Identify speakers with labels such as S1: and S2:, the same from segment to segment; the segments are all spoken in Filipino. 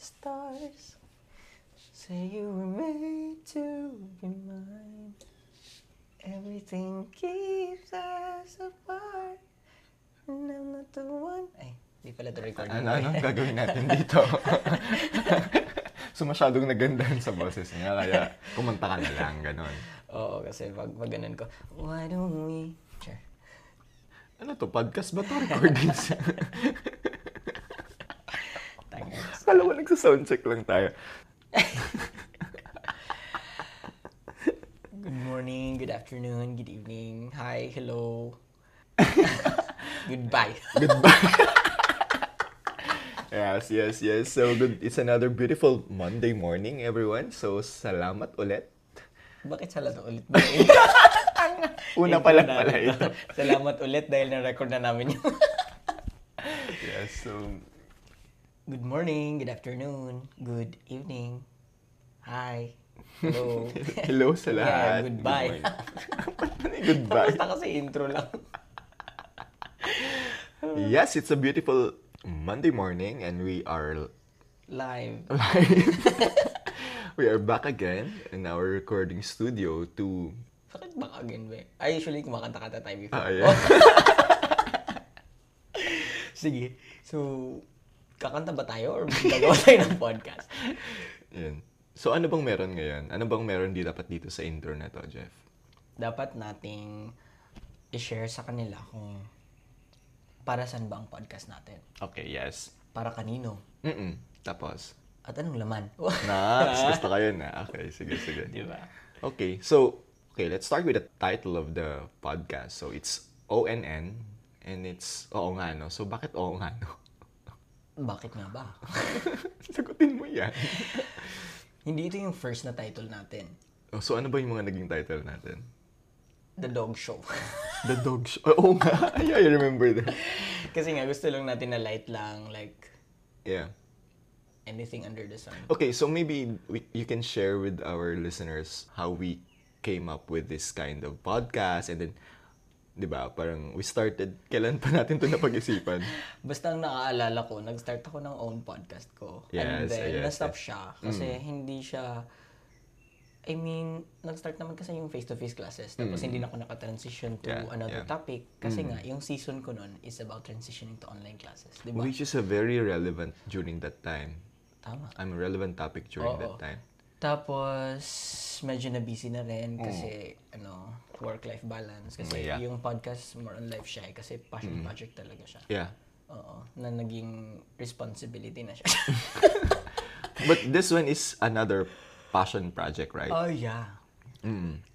S1: Stars say you were made to be mine. Everything keeps us apart. And I'm not the one. Ay, di pala to recording.
S2: Ano, ano ang gagawin natin dito? so masyadong nagandahan sa boses niya, kaya kumanta ka na lang, ganon.
S1: Oo, kasi pag, pag ganun ko, why don't we... Sure.
S2: Ano to, podcast ba to? Recordings?
S1: Thanks.
S2: Kala ko nagsa-soundcheck lang tayo.
S1: Good morning, good afternoon, good evening. Hi, hello. Goodbye.
S2: Yes, yes, yes. So good, it's another beautiful Monday morning, everyone. So salamat ulit.
S1: Bakit salamat ulit ba ito?
S2: Una
S1: Intro
S2: pa lang
S1: namin
S2: pala
S1: to.
S2: ito.
S1: Salamat ulit dahil na-record na namin yun.
S2: Yes, so
S1: good morning, good afternoon, good evening. Hi. Hello.
S2: hello sa
S1: Yeah,
S2: lahat.
S1: goodbye.
S2: Good morning. goodbye.
S1: Basta kasi intro lang.
S2: Yes, it's a beautiful Monday morning and we are
S1: Live.
S2: we are back again in our recording studio to
S1: Bakit back again ba? I usually kumakanta kata tayo before.
S2: ah yeah.
S1: Sige. So, kakanta ba tayo or gagawa tayo ng podcast?
S2: Yun. So ano bang meron ngayon? Ano bang meron di dapat dito sa intro na to, Jeff?
S1: Dapat nating i-share sa kanila kung para saan ba ang podcast natin?
S2: Okay, yes.
S1: Para kanino?
S2: Mm Tapos.
S1: At anong laman?
S2: Nice. Gusto ko yun na. Okay, sige, sige.
S1: Di ba?
S2: Okay, so okay, let's start with the title of the podcast. So it's ONN and it's Oo nga no. So bakit Oo nga no?
S1: Bakit nga ba?
S2: Sagutin mo yan.
S1: Hindi ito yung first na title natin.
S2: Oh, so ano ba yung mga naging title natin?
S1: The Dog Show.
S2: The Dog Show. Oh, oo nga. Yeah, I remember that.
S1: Kasi nga, gusto lang natin na light lang, like,
S2: Yeah.
S1: anything under the sun.
S2: Okay, so maybe we, you can share with our listeners how we came up with this kind of podcast and then, di ba, parang we started, kailan pa natin to napag-isipan?
S1: Basta ang naaalala ko, nag-start ako ng own podcast ko. And
S2: Yes,
S1: then,
S2: yes, Mm.
S1: na-stop
S2: yes.
S1: siya. Kasi hindi siya... I mean, nag-start naman kasi yung face-to-face classes. Tapos hindi na ako nakatransition to
S2: Mm. Yeah,
S1: another
S2: yeah. Mm.
S1: topic. Kasi nga, yung season ko nun is about transitioning to online classes. Di ba?
S2: Which is a very relevant during that time.
S1: Tama.
S2: I'm a relevant topic during
S1: Oo.
S2: that time.
S1: Tapos, medyo na busy na rin kasi, ano, work-life balance. Kasi
S2: Mm. Yeah. Mm.
S1: yung podcast, more on life siya eh, kasi passion project talaga siya.
S2: Yeah.
S1: Oo, na naging responsibility na siya.
S2: But this one is another passion project, right? Mm.
S1: oh, yeah.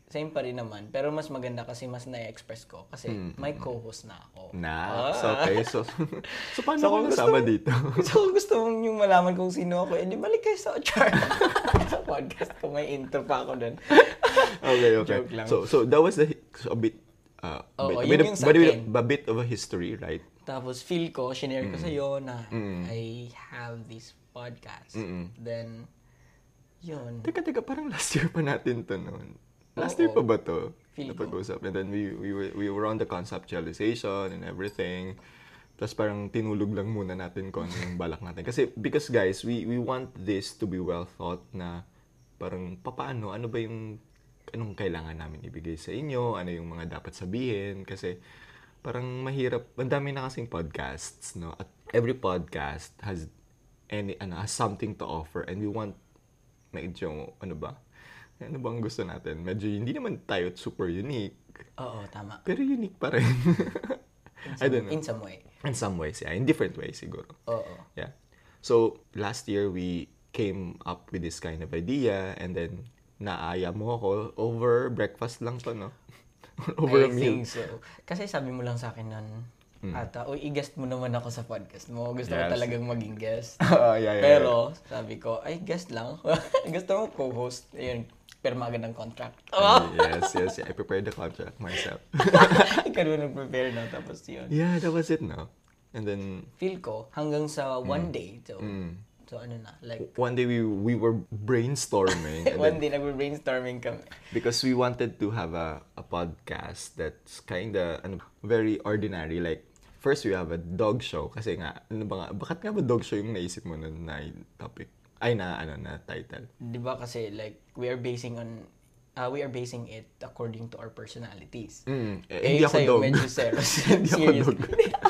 S1: Same pa rin naman. Pero mas maganda kasi mas na-express ko. Kasi
S2: Mm,
S1: may co-host na ako.
S2: na, so okay. So, so paano
S1: So,
S2: ko
S1: kung gusto
S2: nasama
S1: mo-
S2: dito?
S1: so, kung gusto mong yung malaman kung sino ako, edi balik kayo sa Ochar. sa podcast ko, may intro pa ako dun.
S2: okay, okay.
S1: Joke lang. Oh,
S2: So, so that was the, so a bit, uh,
S1: Oo, yun
S2: bit, with a,
S1: yung sa
S2: but with a-
S1: akin.
S2: but a bit of a history, right?
S1: Tapos feel ko, shinare
S2: Mm.
S1: ko sa'yo na I have this podcast. Then, yun.
S2: Teka, teka, parang last year pa natin to noon. Last year pa ba to?
S1: Feeling
S2: Napag-usap. And then we, we, were, we were on the conceptualization and everything. Tapos parang tinulog lang muna natin kung ano yung balak natin. Kasi, because guys, we, we want this to be well thought na parang papaano, ano ba yung, anong kailangan namin ibigay sa inyo, ano yung mga dapat sabihin. Kasi, parang mahirap, ang dami na kasing podcasts, no? At every podcast has any, ano, has something to offer and we want medyo, ano ba? Ano bang gusto natin? Medyo hindi naman tayo super unique.
S1: Oo, tama.
S2: Pero unique pa rin. I don't know.
S1: In some way.
S2: In some ways, yeah. In different ways, siguro.
S1: Oo.
S2: Yeah. So, last year, we came up with this kind of idea and then naaya mo ako over breakfast lang to, no?
S1: I
S2: over a meal.
S1: think
S2: Mm.
S1: so. Kasi sabi mo lang sa akin nun, ata, uy, i-guest mo naman ako sa podcast mo. Gusto ko
S2: Yes.
S1: talagang maging guest.
S2: Ah, yeah, yeah, yeah.
S1: Pero, sabi ko, ay, guest lang. Gusto mo co-host. Ayun, pirma agad ng contract. Oh,
S2: yes, yes, yeah. I prepared the contract myself.
S1: ikaw naman nag-prepare na, tapos yun.
S2: yeah, that was it, no? And then, Mm.
S1: feel ko hanggang sa one day so So ano na, like,
S2: One day we we were brainstorming and
S1: one
S2: then,
S1: day nag-brainstorming kami.
S2: because we wanted to have a, a podcast that's kind of ano, very ordinary like first we have a dog show kasi nga ano ba nga bakit nga ba dog show yung naisip mo nun na topic ay na ano na title
S1: Di ba kasi like, we are basing on, ah, we are basing it according to our personalities.
S2: Mm, eh,
S1: Eh,
S2: hindi ako
S1: sa'yo,
S2: dog.
S1: Medyo serious.
S2: Hindi ako
S1: serious.
S2: dog.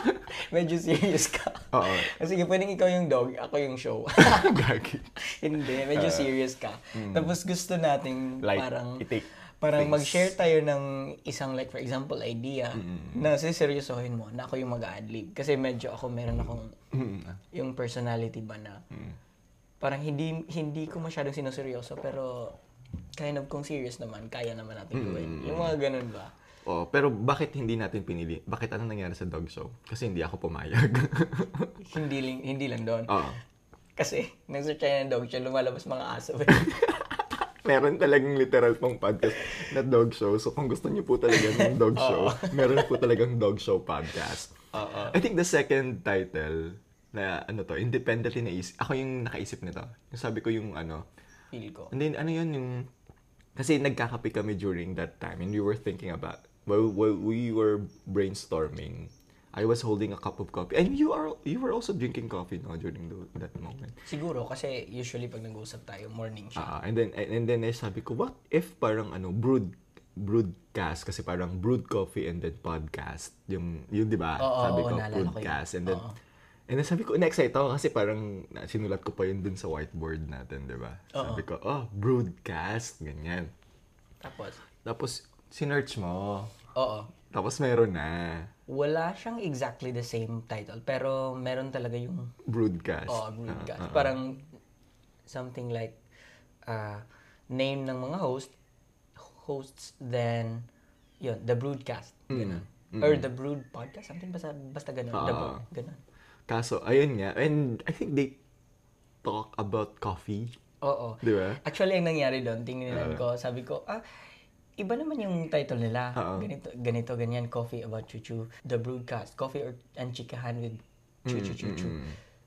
S1: medyo serious ka.
S2: Oo.
S1: Kasi pwedeng ikaw yung dog, ako yung show.
S2: Gagi.
S1: Hindi, medyo
S2: Ah.
S1: serious ka.
S2: Hmm.
S1: Tapos gusto nating
S2: Like,
S1: parang
S2: i-take
S1: parang
S2: things.
S1: mag-share tayo ng isang like for example idea na seryosohin mo na ako yung mag-adlib kasi medyo ako meron akong yung personality ba na parang hindi hindi ko masyadong sinoseryoso pero kind of kung serious naman kaya naman natin gawin. Yung mga ganun ba?
S2: oh, pero bakit hindi natin pinili? Bakit ano nangyari sa dog show? Kasi hindi ako pumayag. Oh.
S1: Hindi lang, hindi lang doon.
S2: Oo.
S1: Kasi nasa China dog siya lumalabas mga aso.
S2: meron talagang literal pang podcast na dog show. So kung gusto niyo po talaga ng dog show, meron po talagang dog show podcast. I think the second title na ano to, independently naisip. Ako yung nakaisip nito. Yung sabi ko yung ano,
S1: Feel ko.
S2: And then, ano yun yung... Kasi nagkakape kami during that time and we were thinking about... While, while we were brainstorming, I was holding a cup of coffee. And you are you were also drinking coffee no, during tho- that moment.
S1: Siguro kasi usually pag nag-uusap tayo morning siya.
S2: Ah, and then and, and then eh, sabi ko, what if parang ano, brewed broadcast kasi parang brewed coffee and then podcast yung yun di ba
S1: Oo,
S2: sabi
S1: oo,
S2: ko
S1: naalala ko yun.
S2: broadcast and then and then sabi ko na-excite ako kasi parang na- sinulat ko pa yun dun sa whiteboard natin di ba sabi ko oh broadcast ganyan
S1: Tapos,
S2: Tapos, sinearch mo.
S1: oo.
S2: Tapos, meron na.
S1: Wala siyang exactly the same title pero meron talaga yung
S2: Broadcast.
S1: oh,
S2: Ah,
S1: broadcast. Parang something like uh, name ng mga host hosts then yun, the broadcast. Ganun. Or the brood podcast, something basta, basta ganun. the
S2: Oo.
S1: brood, ganun.
S2: Kaso, ayun nga. And I think they talk about coffee.
S1: Oo.
S2: Di ba?
S1: Actually, ang nangyari doon, tinginan ko, sabi ko, ah, iba naman yung title nila.
S2: Oo.
S1: Ganito, ganito, ganyan, Coffee About Chuchu, The Broadcast, Coffee or, and Chikahan with Chuchu
S2: Mm,
S1: Chuchu.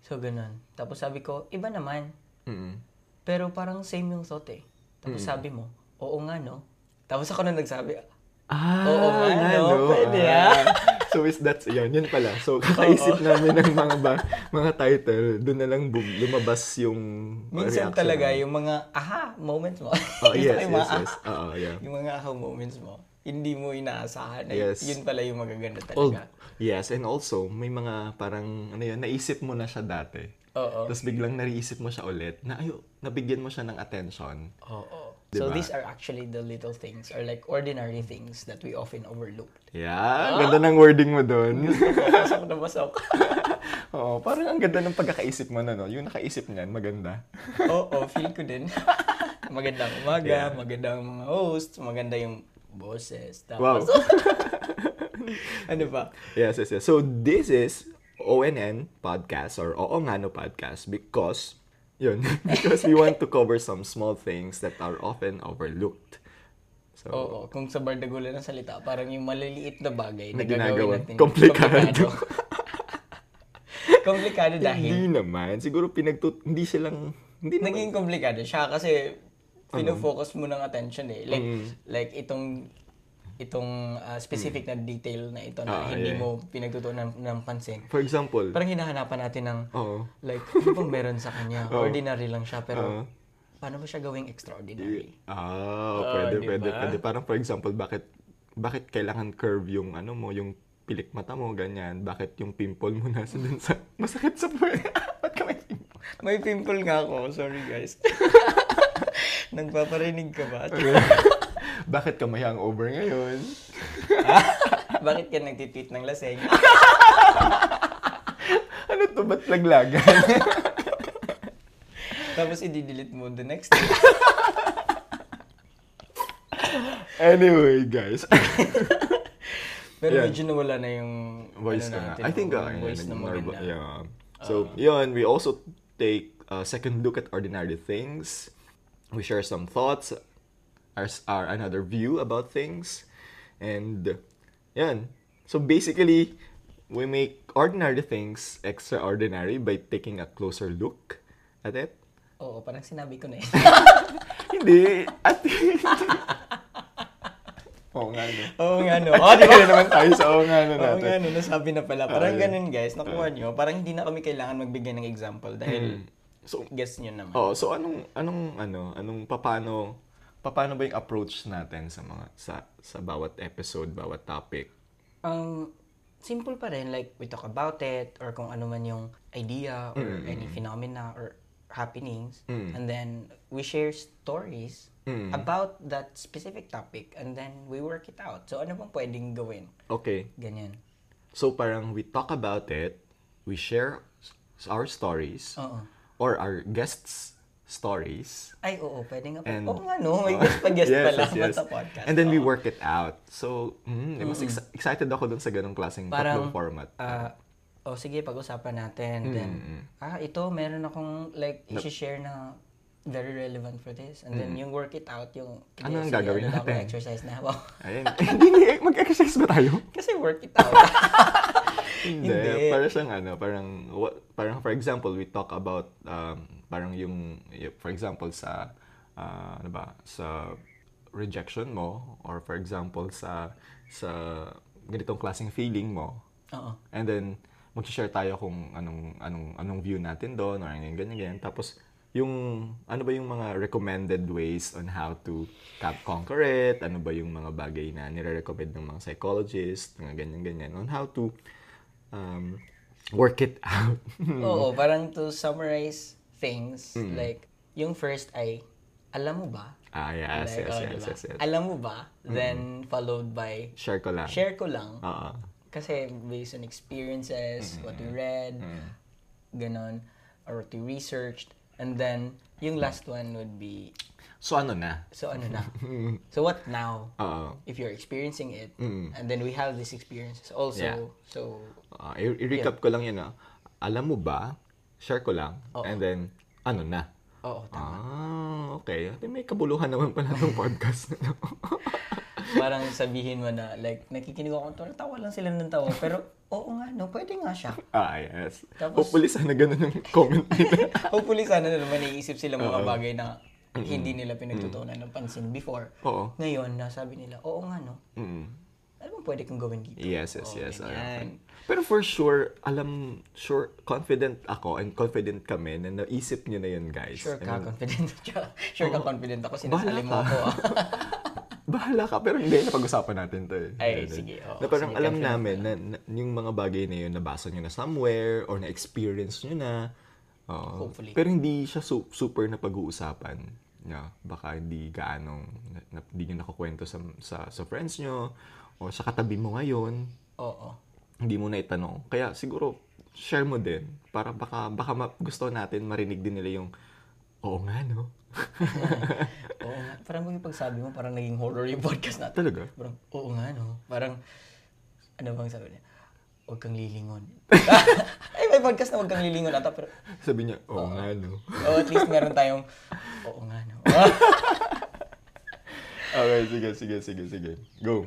S1: So, ganun. Tapos sabi ko, iba naman.
S2: Mm-mm.
S1: Pero parang same yung thought eh. Tapos
S2: Mm.
S1: sabi mo, oo nga no. Tapos ako na nagsabi,
S2: Ah,
S1: Oo nga, no? Pwede, ah.
S2: so is that's yun, yun pala. So kakaisip namin ng mga ba, mga title, doon na lang bum, lumabas yung
S1: minsan
S2: reaction
S1: talaga
S2: namin.
S1: yung mga aha moments mo.
S2: Oh,
S1: Yung mga
S2: yes, yes,
S1: aha-
S2: yes. Oo, yeah.
S1: Yung mga aha moments mo, hindi mo inaasahan. na
S2: Yes.
S1: Yun pala yung magaganda
S2: Al-
S1: talaga.
S2: yes, and also, may mga parang, ano yun, naisip mo na siya dati.
S1: Oo.
S2: Tapos biglang nariisip mo siya ulit na ayo, nabigyan mo siya ng attention.
S1: Oo. So
S2: Diba?
S1: these are actually the little things or like ordinary things that we often overlook. Ah.
S2: Yeah, ang ganda ng wording mo doon.
S1: Pasok na pasok.
S2: Oo, parang ang ganda ng pagkakaisip mo na, no? Yung nakaisip niyan, maganda.
S1: Oo, feel ko din. magandang umaga,
S2: Yeah.
S1: magandang mga hosts, maganda yung boses. Tapos,
S2: Wow.
S1: ano ba?
S2: yes, yes, yes. So, this is ONN Podcast or Oo Nga No Podcast because, yun, because we want to cover some small things that are often overlooked. So,
S1: Oo, kung sa bardagulan ng salita, parang yung maliliit na bagay na
S2: Na
S1: gagawin
S2: ginagawa.
S1: natin.
S2: Komplikado.
S1: Komplikado. komplikado dahil
S2: hindi naman. Siguro pinagtut... Hindi silang... Hindi naman.
S1: naging komplikado siya kasi pinofocus mo ng attention eh. Like,
S2: Mm.
S1: like itong itong ah, specific na detail na ito na
S2: Mm. Ah,
S1: hindi
S2: yeah.
S1: mo pinagtutunan ng, ng pansin.
S2: For example,
S1: Parang hinahanapan natin ng
S2: Oo.
S1: like, ano bang meron sa kanya?
S2: Oo.
S1: Ordinary lang siya pero
S2: Oo.
S1: paano mo siya gawing extraordinary?
S2: Ah,
S1: Oo,
S2: pwede,
S1: di
S2: pwede,
S1: ba?
S2: pwede. Parang for example, bakit bakit kailangan curve yung ano mo, yung pilik mata mo, ganyan. Bakit yung pimple mo nasa dun sa... Masakit sa puwet. Ba't ka may pimple?
S1: May pimple nga ako. Sorry guys. Nagpaparinig ka ba?
S2: bakit ka may hangover ngayon?
S1: Bakit ka nagtitweet ng laseng?
S2: Ano to? Ba't laglagan?
S1: Tapos i-delete mo the next day.
S2: anyway, guys.
S1: Pero
S2: Yeah.
S1: medyo nawala na yung
S2: voice
S1: ano
S2: ka nga.
S1: natin,
S2: I think,
S1: yung
S2: uh, yun,
S1: voice na
S2: nag-
S1: maganda.
S2: narba- yeah. So, yun, we also take a second look at ordinary things. We share some thoughts, our, our another view about things. And, yan. So, basically, we make ordinary things extraordinary by taking a closer look At it?
S1: Oo, parang sinabi ko na eh. yun.
S2: Hindi. At it. Oo nga, no.
S1: Oo nga, no?
S2: Oh,
S1: Oo, di ba?
S2: naman tayo sa oo nga, no
S1: Oo nga,
S2: natin.
S1: no? Nasabi na pala. Parang
S2: Oo.
S1: ganun, guys. Nakuha nyo. Parang hindi na kami kailangan magbigay ng example dahil
S2: So,
S1: guess nyo naman.
S2: oh, so anong anong ano, anong papano papano ba yung approach natin sa mga sa sa bawat episode, bawat topic?
S1: Um, simple pa rin, like, we talk about it, or kung ano man yung idea, or
S2: Hmm.
S1: any phenomena, or happenings, and then we share stories
S2: Hmm.
S1: about that specific topic, and then we work it out. So, ano bang pwedeng gawin?
S2: Okay.
S1: Ganyan.
S2: So parang we talk about it, we share s- our stories
S1: Oo.
S2: or our guests' stories.
S1: Ay, oo, pwede nga.
S2: And-
S1: Oo nga, no? May guest pa guest
S2: Yes,
S1: pala
S2: yes, yes.
S1: sa podcast. Oh.
S2: And then we
S1: Oo.
S2: work it out. So, mm, mas ex- excited ako dun sa ganong klaseng
S1: Parang,
S2: tatlong format.
S1: ah, oh, sige, pag-usapan natin. Then, ah, ito, meron akong, like, isi-share na very relevant for this. And then, yung work it out, yung...
S2: Ano ang
S1: sige, na
S2: gagawin
S1: ako,
S2: natin?
S1: Exercise na ako.
S2: Ayun. Hindi, eh, mag-exercise ba tayo?
S1: Kasi work it out.
S2: Hindi.
S1: Hindi.
S2: Para siyang ano, parang, wa- parang for example, we talk about, um, parang yung, y- for example, sa, ah, ano ba, sa rejection mo, or for example, sa, sa ganitong klaseng feeling mo.
S1: oo.
S2: And then, mag-share tayo kung anong, anong, anong view natin doon, or ganyan, ganyan, ganyan. Tapos, yung, ano ba yung mga recommended ways on how to cap- conquer it? Ano ba yung mga bagay na nire-recommend ng mga psychologist? Mga ganyan, ganyan. On how to um, work it out.
S1: Oo, parang to summarize things, like, yung first ay, alam mo ba?
S2: ah, yes,
S1: Like,
S2: yes,
S1: oh,
S2: yes,
S1: diba?
S2: yes, yes.
S1: Alam mo ba? Then, followed by,
S2: Share ko lang.
S1: share ko lang.
S2: Oo.
S1: Kasi based on experiences,
S2: Mm-hmm.
S1: what we read, ganon, or what we researched. And then, yung last one would be,
S2: So, ano na?
S1: so ano na? so what now?
S2: Oo.
S1: If you're experiencing it, and then we have these experiences also.
S2: Mm-hmm. Yeah.
S1: So,
S2: Ah, i- i-recap ko lang yan. ah. Alam mo ba? Share ko lang. And then, ano na?
S1: oo, tama.
S2: Ah, okay. Ate, may kabuluhan naman pala itong podcast na to.
S1: Parang sabihin mo na, like, nakikinig ako, to, tawa lang sila ng tawa. Pero, oo nga, no, pwede nga siya.
S2: ah, yes.
S1: Tapos-
S2: Hopefully sana ganun yung comment nila.
S1: Hopefully, sana na naman naiisip sila mga bagay na hindi nila pinagtutunan ng pansin before.
S2: Oo.
S1: Ngayon, nasabi nila, oo nga, no,
S2: Mm.
S1: ano bang pwede kong gawin dito?
S2: Yes, yes,
S1: Oo,
S2: yes. Ah,
S1: ganyan.
S2: Ayan. Pero for sure, alam, sure, confident ako and confident kami na naisip nyo na yun, guys.
S1: Sure
S2: I
S1: ka,
S2: mean,
S1: confident ka. Sure ka, confident ako. Sinasali
S2: Bahala
S1: mo
S2: ka.
S1: ako. ah.
S2: bahala ka, pero hindi, napag-usapan natin to eh.
S1: Ay,
S2: Ganun.
S1: sige, oo.
S2: na parang
S1: Sige,
S2: alam
S1: confident
S2: namin na, na- yung mga bagay na yun, nabasa nyo na somewhere or na-experience nyo na. Oo.
S1: Hopefully.
S2: Pero hindi siya su- super na pag-uusapan. Na, baka hindi gaano, na, na, hindi nyo nakukwento sa, sa, sa friends nyo o sa katabi mo ngayon.
S1: Oo.
S2: Hindi mo na itanong. Kaya siguro, share mo din. Para baka, baka ma- gusto natin marinig din nila yung, oo nga no.
S1: Oo nga. Parang kung yung pagsabi mo, parang naging horror yung podcast natin.
S2: Talaga?
S1: Parang, oo nga, no? Parang, ano bang sabi niya? Huwag kang lilingon. Ay, may podcast na huwag kang lilingon ata, pero,
S2: Sabi niya, oo nga no.
S1: oh, at least meron tayong, oo nga, no?
S2: Okay, sige, sige, sige, sige. Go.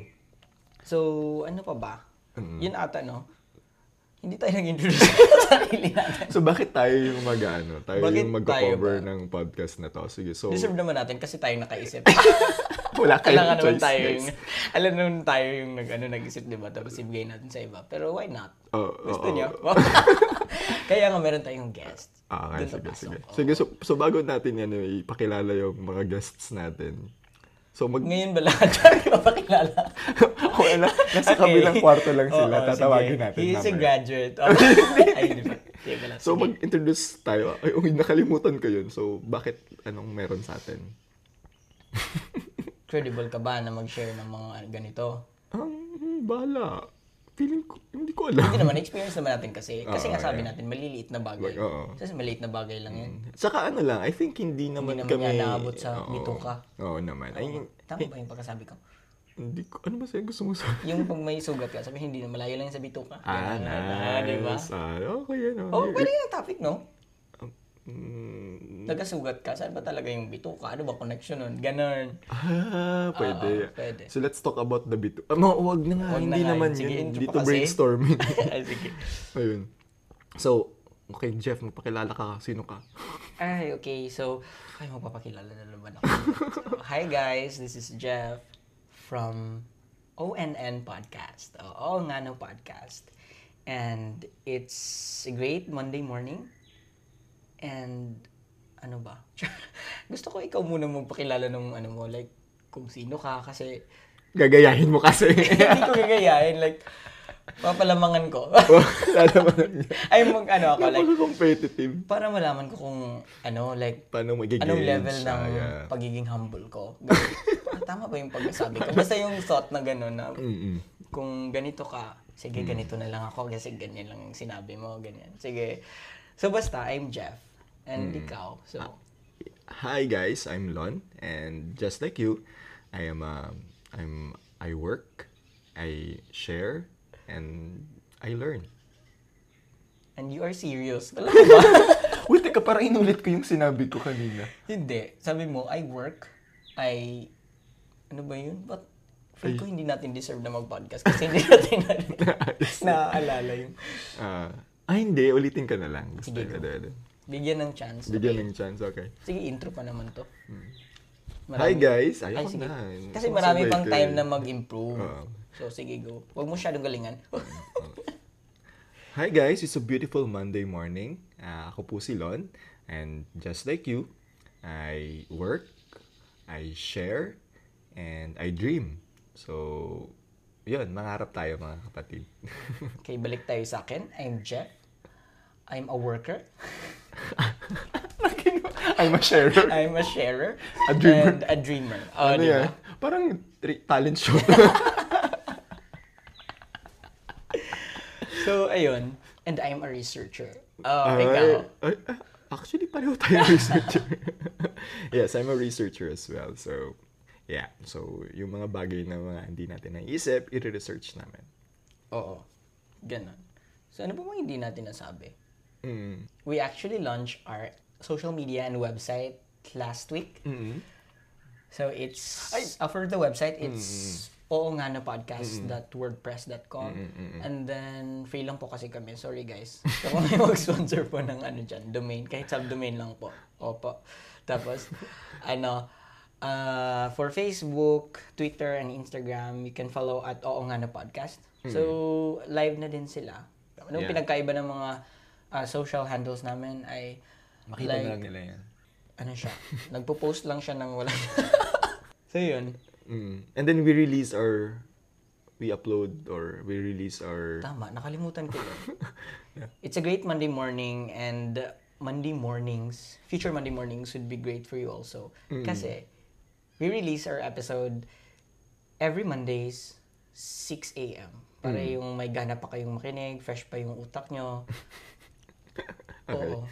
S1: so, ano pa ba? Yun ata, no? Hindi tayo nag-introduce sa sarili natin.
S2: So bakit tayo yung mag-ano? Tayo
S1: Bakit tayo
S2: yung magko-cover
S1: ba?
S2: ng podcast na to. Sige, so
S1: Deserve naman natin kasi tayo nakaisip. Kailangan
S2: wala kayong
S1: naman
S2: choice.
S1: tayo yung,
S2: guys.
S1: alam naman tayo yung nag, ano, nag-isip, di ba? Tapos ibigay natin sa iba. Pero why not?
S2: Oo,
S1: Gusto
S2: oo,
S1: niya? Kaya nga meron tayong guest.
S2: Ah,
S1: Doon
S2: okay, sige,
S1: napasok.
S2: sige.
S1: Oo.
S2: Sige, so, so bago natin yan, eh, ipakilala yung mga guests natin. So mag...
S1: Ngayon ba lahat tayo mapakilala?
S2: Wala, nasa kabilang kwarto lang sila.
S1: Oo,
S2: Tatawagin
S1: sige.
S2: natin
S1: He is a
S2: mamaya.
S1: graduate. of- Ay, hindi pa. Hindi pala.
S2: So
S1: Sige.
S2: mag-introduce tayo. Ay, uy, nakalimutan ko yun. So bakit, anong meron sa atin?
S1: credible ka ba na mag-share ng mga ganito?
S2: Um, bahala. Feeling ko, hindi ko alam.
S1: Hindi naman, experience naman natin kasi. Kasi
S2: Oo,
S1: nga sabi
S2: yeah.
S1: natin, maliliit na bagay.
S2: Wag- Ah, oo.
S1: Kasi maliit na bagay lang yan.
S2: Saka ano lang, I think hindi naman,
S1: naman
S2: kami...
S1: niya naabot sa
S2: Oo.
S1: bito ka.
S2: Oo naman. Ay,
S1: Tama ba yung pagkasabi ko?
S2: hindi ko, ano ba sa'yo gusto mo sabihin?
S1: Yung pag may sugat ka, sabi hindi na malayo lang yung sa bituka.
S2: Ah,
S1: Ganun,
S2: nice.
S1: di ba?
S2: Ah, okay yan.
S1: Oh,
S2: Oh.
S1: pwede yun ang topic, no?
S2: Mm,
S1: Nagkasugat ka, saan ba talaga yung bituka? Ano ba connection nun? Ganon.
S2: ah, pwede.
S1: Oo, pwede.
S2: So let's talk about the bito. Ah, no, wag na nga.
S1: Wag na
S2: hindi
S1: nga.
S2: naman
S1: Sige,
S2: yun.
S1: intro
S2: Dito
S1: pa kasi.
S2: brainstorming.
S1: Ay, sige.
S2: Ayun. So, Okay, Jeff, magpakilala ka. Sino ka?
S1: Ay, okay. So, ay, magpapakilala na naman ako. So, hi guys, this is Jeff from ONN Podcast. Oo, Oo nga no podcast. And it's a great Monday morning. And ano ba? Gusto ko ikaw muna magpakilala ng ano mo, like kung sino ka kasi
S2: Gagayahin mo kasi.
S1: hindi ko gagayahin like papalamangan ko.
S2: Lala mo na niya.
S1: Ay mag ano ako like
S2: Napaka-competitive.
S1: para malaman ko kung ano like
S2: Paano magigage?
S1: anong level ng
S2: Ah, yeah.
S1: pagiging humble ko. Ganun. Ah, Tama ba yung pagkasabi ko? Basta yung thought na gano'n na
S2: Mm-mm. Mm.
S1: kung ganito ka, sige ganito na lang ako kasi ganyan lang yung sinabi mo, ganyan. Sige. So basta, I'm Jeff. And
S2: Mm.
S1: ikaw. So,
S2: Hi guys, I'm Lon and just like you, I am uh, I'm I work, I share and I learn.
S1: and you are serious. Alam mo ba?
S2: Wait, teka, para inulit ko yung sinabi ko kanina.
S1: hindi. Sabi mo, I work, I... Ano ba yun? But, feel ko hindi natin deserve na mag-podcast kasi hindi natin naaalala yung...
S2: Ah, ah, hindi, ulitin ka na lang. Gusto
S1: Sige, go.
S2: ko. dada.
S1: Bigyan ng chance.
S2: Bigyan ng chance, okay.
S1: Sige, intro pa naman to.
S2: Hmm. Hi
S1: Marami-
S2: guys,
S1: Ay,
S2: ayoko
S1: sige.
S2: na.
S1: Kasi marami
S2: Sabay
S1: pang
S2: ko
S1: time
S2: eh.
S1: na mag-improve.
S2: Oo.
S1: So, sige, go. Huwag mo masyadong galingan.
S2: Hi guys, it's a beautiful Monday morning. Ah, ako po si Lon and just like you, I work, I share, and I dream. So, yun, mangarap tayo mga kapatid.
S1: okay, balik tayo sa akin. I'm Jeff. I'm a worker.
S2: I'm a sharer.
S1: I'm a sharer.
S2: A dreamer.
S1: And a dreamer. Oh,
S2: Ano
S1: di
S2: yan?
S1: ba?
S2: Parang tri- talent show.
S1: So, ayun. And I'm a researcher. Oh,
S2: Ah,
S1: ikaw.
S2: ay, ah, actually, pareho tayo researcher. yes, I'm a researcher as well. So, yeah. So, yung mga bagay na mga hindi natin naisip, i-research namin.
S1: Oo. Ganon. So, ano pa mga hindi natin nasabi?
S2: Mm.
S1: We actually launched our social media and website last week. So it's uh, for the website it's oonganapodcast.wordpress.com and then free lang po kasi kami. Sorry guys. So kung may mag-sponsor po ng ano dyan, domain, kahit subdomain lang po. Opo. Tapos, ano, uh, for Facebook, Twitter, and Instagram, you can follow at Oo Nga Na Podcast. So, live na din sila. Anong
S2: Yeah.
S1: pinagkaiba ng mga uh, social handles namin ay like,
S2: nila yan.
S1: ano siya, nagpo-post lang siya ng walang... so, yun.
S2: Mm. And then we release our, we upload or we release our,
S1: Tama, nakalimutan ko yun. It's a great Monday morning and Monday mornings, future Monday mornings would be great for you also. Kasi, we release our episode every Mondays, 6 a.m. Para yung may gana pa kayong makinig, fresh pa yung utak nyo. Oo.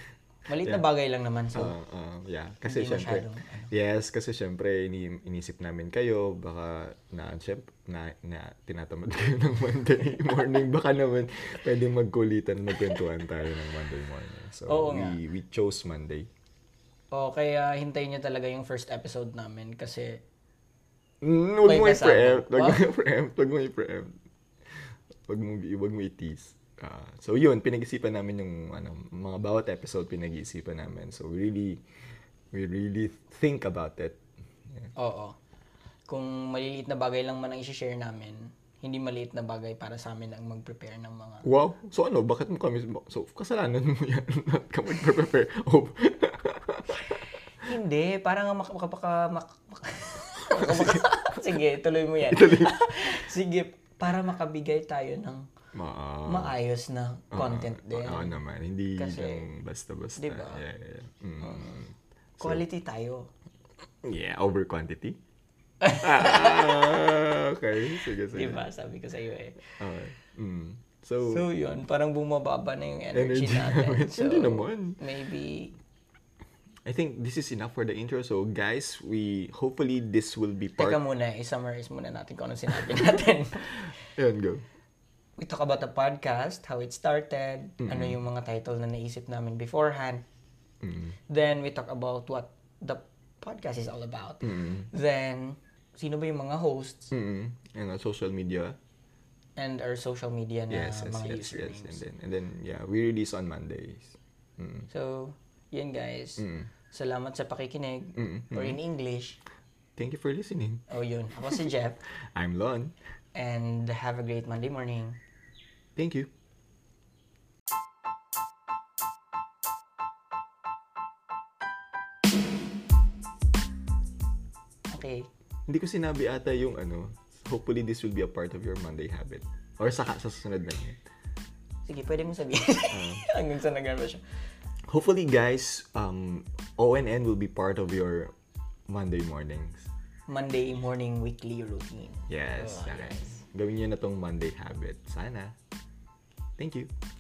S1: Maliit na bagay lang naman. So,
S2: uh, uh, yeah. Kasi
S1: Hindi
S2: syempre,
S1: masyadong, ano.
S2: yes, kasi syempre, ini- inisip namin kayo, baka na, syempre, na, na tinatamad kayo ng Monday morning. Baka naman, pwedeng magkulitan, magkwentuhan tayo ng Monday morning. So,
S1: Oo nga.
S2: we, we chose Monday.
S1: oo, kaya hintayin nyo talaga yung first episode namin kasi
S2: Mm, huwag
S1: May
S2: mo
S1: kasama.
S2: i-preempt. Huwag mo
S1: ano? Wow.
S2: i-preempt. Huwag mo i-preempt. Huwag mo, huwag mo i-tease. Ah, so yun, pinag-isipan namin yung ano, mga bawat episode pinag-isipan namin. So we really, we really think about it. Yeah.
S1: Oo. Kung maliliit na bagay lang man ang isi-share namin, hindi maliit na bagay para sa amin ang mag-prepare ng mga...
S2: Wow! So ano, bakit mo kami, so kasalanan mo yan. Not ka mag-prepare. Oh.
S1: Hindi, parang mak- mak- mak- mak- mak- Sige, tuloy mo yan. Sige, para makabigay tayo ng
S2: Ma-
S1: maayos na content din.
S2: Oo naman, hindi
S1: Kasi-
S2: lang basta-basta.
S1: Diba?
S2: Yeah, yeah, yeah. Mm.
S1: Quality tayo.
S2: yeah, over quantity. ah, okay, sige, sige.
S1: Diba? Sabi ko sa iyo eh.
S2: Okay. Mm. So,
S1: So yun, parang bumababa na yung energy,
S2: Energy
S1: natin.
S2: namin. Hindi naman.
S1: Maybe
S2: I think this is enough for the intro. So, guys, we hopefully this will be part.
S1: Teka muna, i-summarize muna natin kung ano sinabi natin.
S2: Ayan, go.
S1: we talk about the podcast, how it started, ano yung mga title na naisip namin beforehand. Then we talk about what the podcast is all about. Then sino ba yung mga hosts
S2: Mm-mm. And uh, social media.
S1: and our social media na
S2: yes, yes,
S1: Ah, mga
S2: yes, yes.
S1: usernames.
S2: And then, and then, yeah, we release on Mondays. Mm.
S1: So, yun guys.
S2: Mm.
S1: Salamat sa pakikinig.
S2: Mm,
S1: Or in English.
S2: Thank you for listening.
S1: Oh, yun. Ako si Jeff.
S2: I'm Lon.
S1: And have a great Monday morning.
S2: Thank you.
S1: Okay.
S2: Hindi ko sinabi ata yung ano, hopefully this will be a part of your Monday habit. Or sa, sa susunod na yun.
S1: Sige, pwede mo sabihin.
S2: Mm.
S1: Hanggang sa nag siya.
S2: Hopefully guys, um, ONN will be part of your Monday mornings.
S1: Monday morning weekly routine.
S2: Yes,
S1: Oh,
S2: guys. Gawin nyo na tong Monday habit. Sana. Thank you.